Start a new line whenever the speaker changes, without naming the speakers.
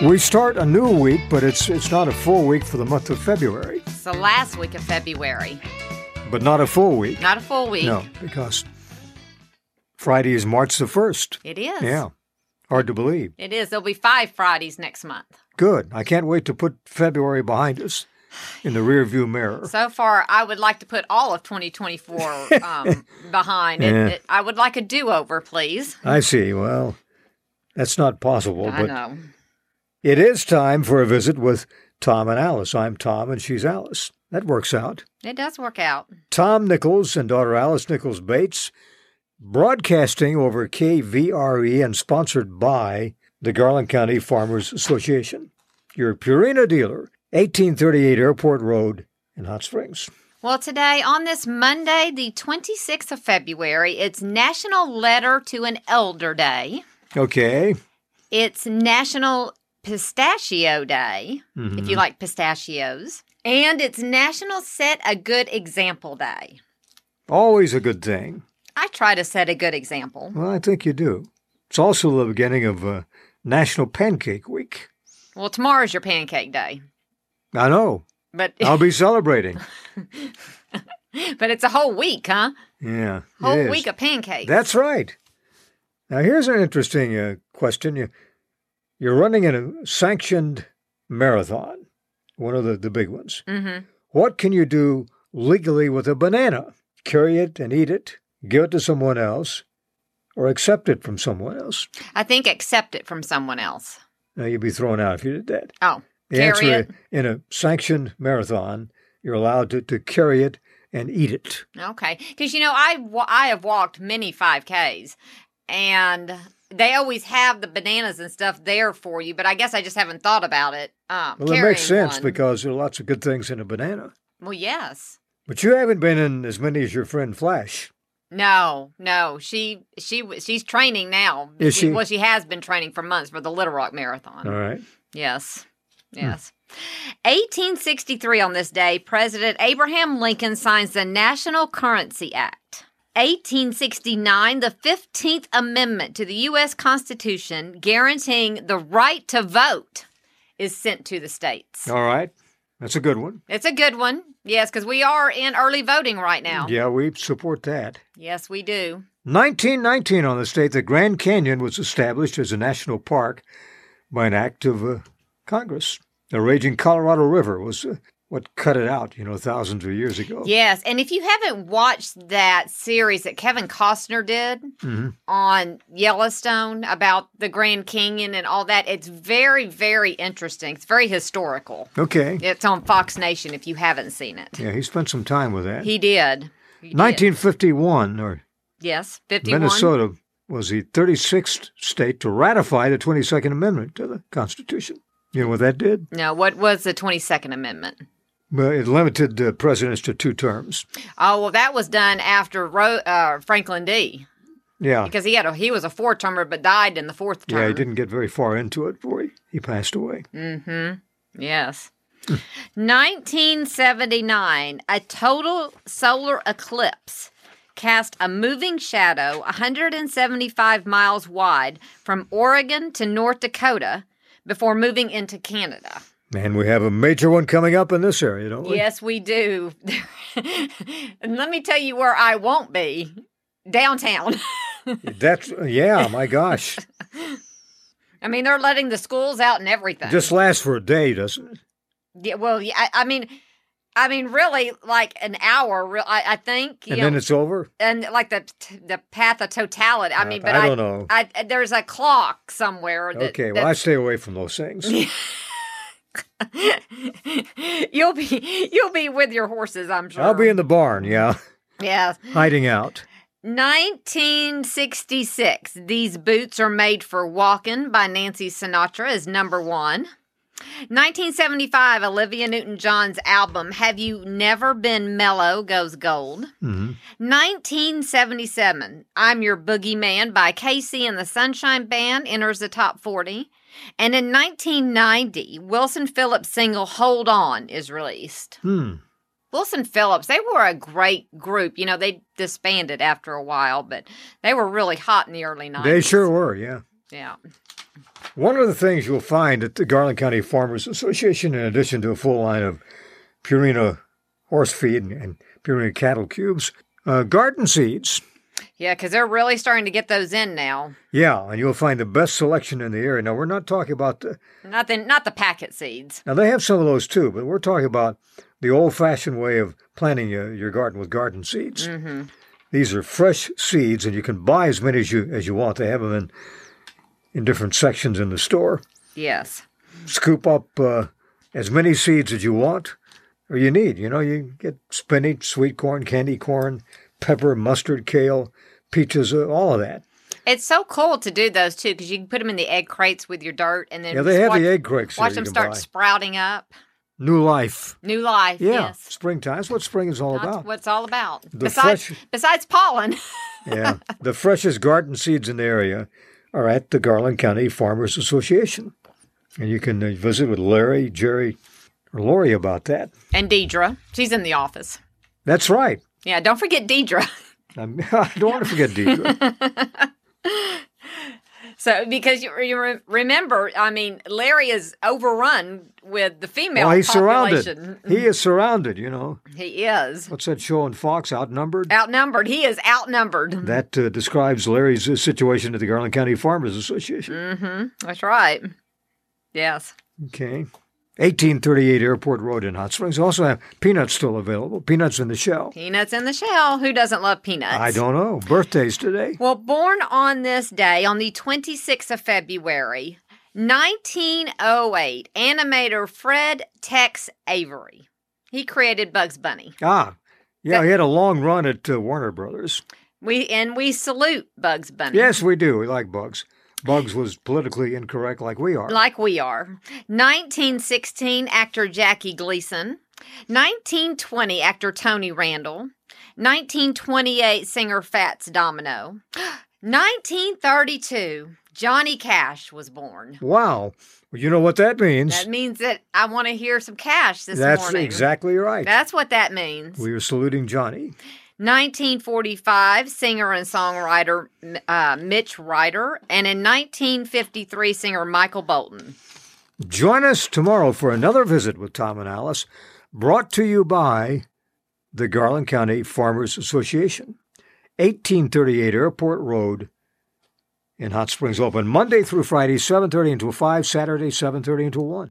We start a new week, but it's it's not a full week for the month of February,
It's the last week of February,
but not a full week.
not a full week.
No, because Friday is March the 1st.
It is.
Yeah. Hard to believe.
It is. There'll be five Fridays next month.
Good. I can't wait to put February behind us in the rearview mirror.
So far, I would like to put all of 2024 um, behind. It,
Yeah.
it- I would like a do over, please.
I see. Well, that's not possible,
I
but
know.
it is time for a visit with Tom and Alice. I'm Tom and she's Alice. That works out.
It does work out.
Tom Nichols and daughter Alice Nichols Bates, broadcasting over KVRE E and sponsored by the Garland County Farmers Association. Your Purina dealer, 1838 Airport Road in Hot Springs.
Well, today, on this Monday, the 26th of February, it's National Letter to an Elder Day.
Okay.
It's National Pistachio Day,
Mm-hmm.
if you
Mm.
like pistachios. And it's National Set a Good Example Day.
Always a good thing.
I try to set a good example.
Well, I think you do. It's also the beginning of uh, National Pancake Week.
Well, tomorrow's your pancake day,
I know.
but
I'll be celebrating.
but it's a whole week, huh?
Yeah. it
Whole
is.
week of pancakes.
That's right. Now, here's an interesting uh, question. You, you're running in a sanctioned marathon, one of the, the big ones.
mm-hmm.
What can you do legally with a banana? Carry it and eat it, give it to someone else, or accept it from someone else?
I think accept it from someone else.
Now, you'd be thrown out if you did that.
Oh,
The answer
carry it.
in a sanctioned marathon, you're allowed to, to carry it and eat it.
Okay, because you know I wa- I have walked many five Ks, and they always have the bananas and stuff there for you. But I guess I just haven't thought about it. Um,
Well, it makes
carrying
sense
one.
because there are lots of good things in a banana.
well, yes,
But you haven't been in as many as your friend Flash.
no, no, she she w- she's training now.
Is she?
Well, she has been training for months for the Little Rock Marathon.
All right.
Yes. Yes. 1863, on this day, President Abraham Lincoln signs the National Currency Act. 1869, the 15th Amendment to the U.S. Constitution guaranteeing the right to vote is sent to the states.
All right. That's a good one.
It's a good one. Yes, because we are in early voting right now.
Yeah, we support that.
Yes, we do.
1919 on the state, the Grand Canyon was established as a national park by an act of uh, Congress. The raging Colorado River was uh, what cut it out, you know, thousands of years ago.
Yes. And if you haven't watched that series that Kevin Costner did,
Mhm.
on Yellowstone about the Grand Canyon and all that. It's very, very interesting. It's very historical.
Okay.
It's on Fox Nation if you haven't seen it.
Yeah, he spent some time with that.
He did. He did.
1951 or
Yes, 51.
Minnesota was the 36th state to ratify the 22nd Amendment to the Constitution. You know what that did?
No, what was the 22nd Amendment?
Well, it limited uh, presidents to two terms.
Oh, well, that was done after Ro- uh, Franklin D.
Yeah.
Because he had a he was a four termer but died in the fourth term. Mm.
Yeah, he didn't get very far into it before he, he passed away.
Mm-hmm. Yes. 1979, a total solar eclipse cast a moving shadow 175 miles wide from Oregon to North Dakota before moving into Canada.
And we have a major one coming up in this area, don't we?
Yes, we do. and let me tell you where I won't be downtown.
That's yeah, my gosh.
I mean, they're letting the schools out and everything.
Just lasts for a day, doesn't it?
yeah, well, yeah, I, I mean, I mean, really, like an hour. Real, I, I think. you
And
know,
then it's over.
and like the the path of totality. I mean, but
Uh, I
I,
don't know.
I- there's a clock somewhere. That,
okay, well, I stay away from those things.
that- you'll be you'll be with your horses. I'm sure.
I'll be in the barn, yeah,
Yes.
hiding out.
1966. These boots are made for walking by Nancy Sinatra is number one. 1975. Olivia Newton-John's album "Have You Never Been Mellow" goes gold.
hmm
1977, I'm Your Boogeyman by Casey and the Sunshine Band enters the top 40. And in 1990, Wilson Phillips' single Hold On is released.
Hmm.
Wilson Phillips, they were a great group. You know, they disbanded after a while, but they were really hot in the early 90s.
They sure were, yeah.
Yeah.
One of the things you'll find at the Garland County Farmers Association, in addition to a full line of Purina horse feed and, and Purina cattle cubes, uh, garden seeds.
Yeah, because they're really starting to get those in now.
Yeah, and you'll find the best selection in the area. Now, we're not talking about the.
Not the, not the packet seeds.
Now, they have some of those too, but we're talking about the old fashioned way of planting your, your garden with garden seeds.
Mm. Mm-hmm.
These are fresh seeds, and you can buy as many as you, as you want. They have them in, in different sections in the store.
Yes.
scoop up uh, as many seeds as you want or you need. You know, you get spinach, sweet corn, candy corn, pepper, mustard, kale, peaches, uh, all of that.
It's so cool to do those too because you can put them in the egg crates with your dirt and then
Yeah, they
just
have
watch,
the egg crates. there
watch
you
them
can
start
buy.
sprouting up.
New life.
New life.
Yeah,
Yes.
springtime. That's what spring is all
That's
about.
what it's all about.
The
besides
fresh-
besides pollen.
yeah, the freshest garden seeds in the area are at the Garland County Farmers Association, and you can uh, visit with Larry, Jerry, or Lori about that.
and Deidre. She's in the office.
That's right.
Yeah, don't forget Deidre.
I'm, I don't want to forget Deidre.
So because you, you re- remember, I mean, Larry is overrun with the female
oh, he's
population. Mm-hmm.
surrounded. He is surrounded. You know.
He is
What's that show on Fox? Outnumbered?
outnumbered. He is outnumbered.
That uh, describes Larry's uh, situation at the Garland County Farmers Association.
Mm. That's right. Yes.
Okay. 1838 Airport Road in Hot Springs. Also have peanuts still available. Peanuts in the shell.
Peanuts in the shell. Who doesn't love peanuts?
I don't know. Birthdays today.
Well, born on this day, on the 26th of February, 1908, animator Fred Tex Avery. He created Bugs Bunny.
Ah, yeah. He had a long run at uh, Warner Brothers.
We and we salute Bugs Bunny.
Yes, we do. We like Bugs. Bugs was politically incorrect, like we are.
Like we are. 1916, actor Jackie Gleason. 1920, actor Tony Randall. 1928, singer Fats Domino. 1932, Johnny Cash was born.
Wow. Well, you know what that means.
That means that I want to hear some cash this
That's
morning.
exactly right.
That's what that means.
we are saluting Johnny.
1945, singer and songwriter uh, Mitch Ryder, and in 1953, singer Michael Bolton.
Join us tomorrow for another visit with Tom and Alice, brought to you by the Garland County Farmers Association, 1838 Airport Road in Hot Springs open Monday through Friday 7:30 until 5, Saturday 7:30 until 1.